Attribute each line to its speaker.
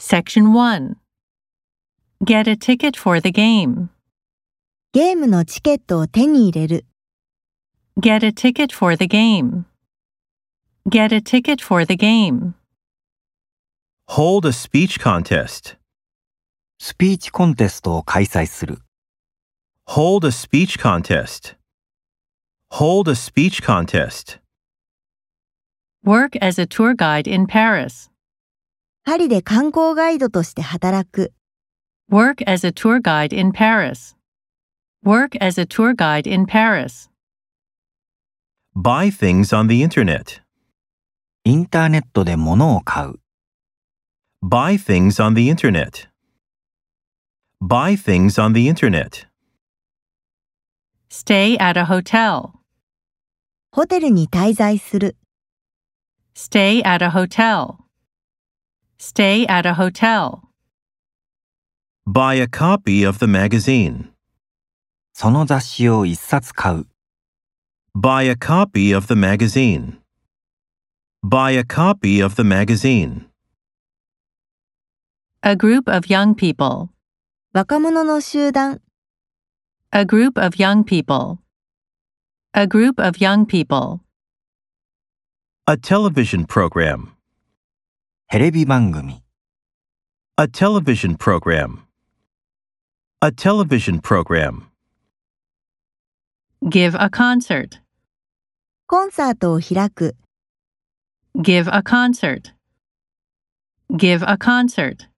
Speaker 1: Section 1 Get a ticket for the game.
Speaker 2: ゲームのチケットを手に入れる。
Speaker 1: Get a ticket for the game. Get a ticket for the game.
Speaker 3: Hold a speech contest.
Speaker 4: スピーチコンテストを開催する。
Speaker 3: Hold a speech contest. Hold a speech contest.
Speaker 1: Work as a tour guide in Paris.
Speaker 2: パリで観光ガイドとして働く。
Speaker 1: Work as a tour guide in Paris. Work as a tour guide in Paris.
Speaker 3: Buy things on the internet.
Speaker 4: インターネットで物を買う。
Speaker 3: Buy things on the internet. Buy things on the internet.
Speaker 1: Stay at a hotel.
Speaker 2: ホテルに滞在する。
Speaker 1: Stay at a hotel. Stay at a hotel.
Speaker 3: Buy a copy of the magazine.
Speaker 4: その雑誌を一冊買う。
Speaker 3: Buy a copy of the magazine. Buy a copy of the magazine.
Speaker 1: A group of young people.
Speaker 2: 若者の集団。
Speaker 1: A group of young people. A group of young people.
Speaker 3: A television program.
Speaker 4: テレビ番組。
Speaker 3: A television program. A television program.
Speaker 1: Give a concert.
Speaker 2: コンサートを開く。
Speaker 1: Give a concert. Give a concert.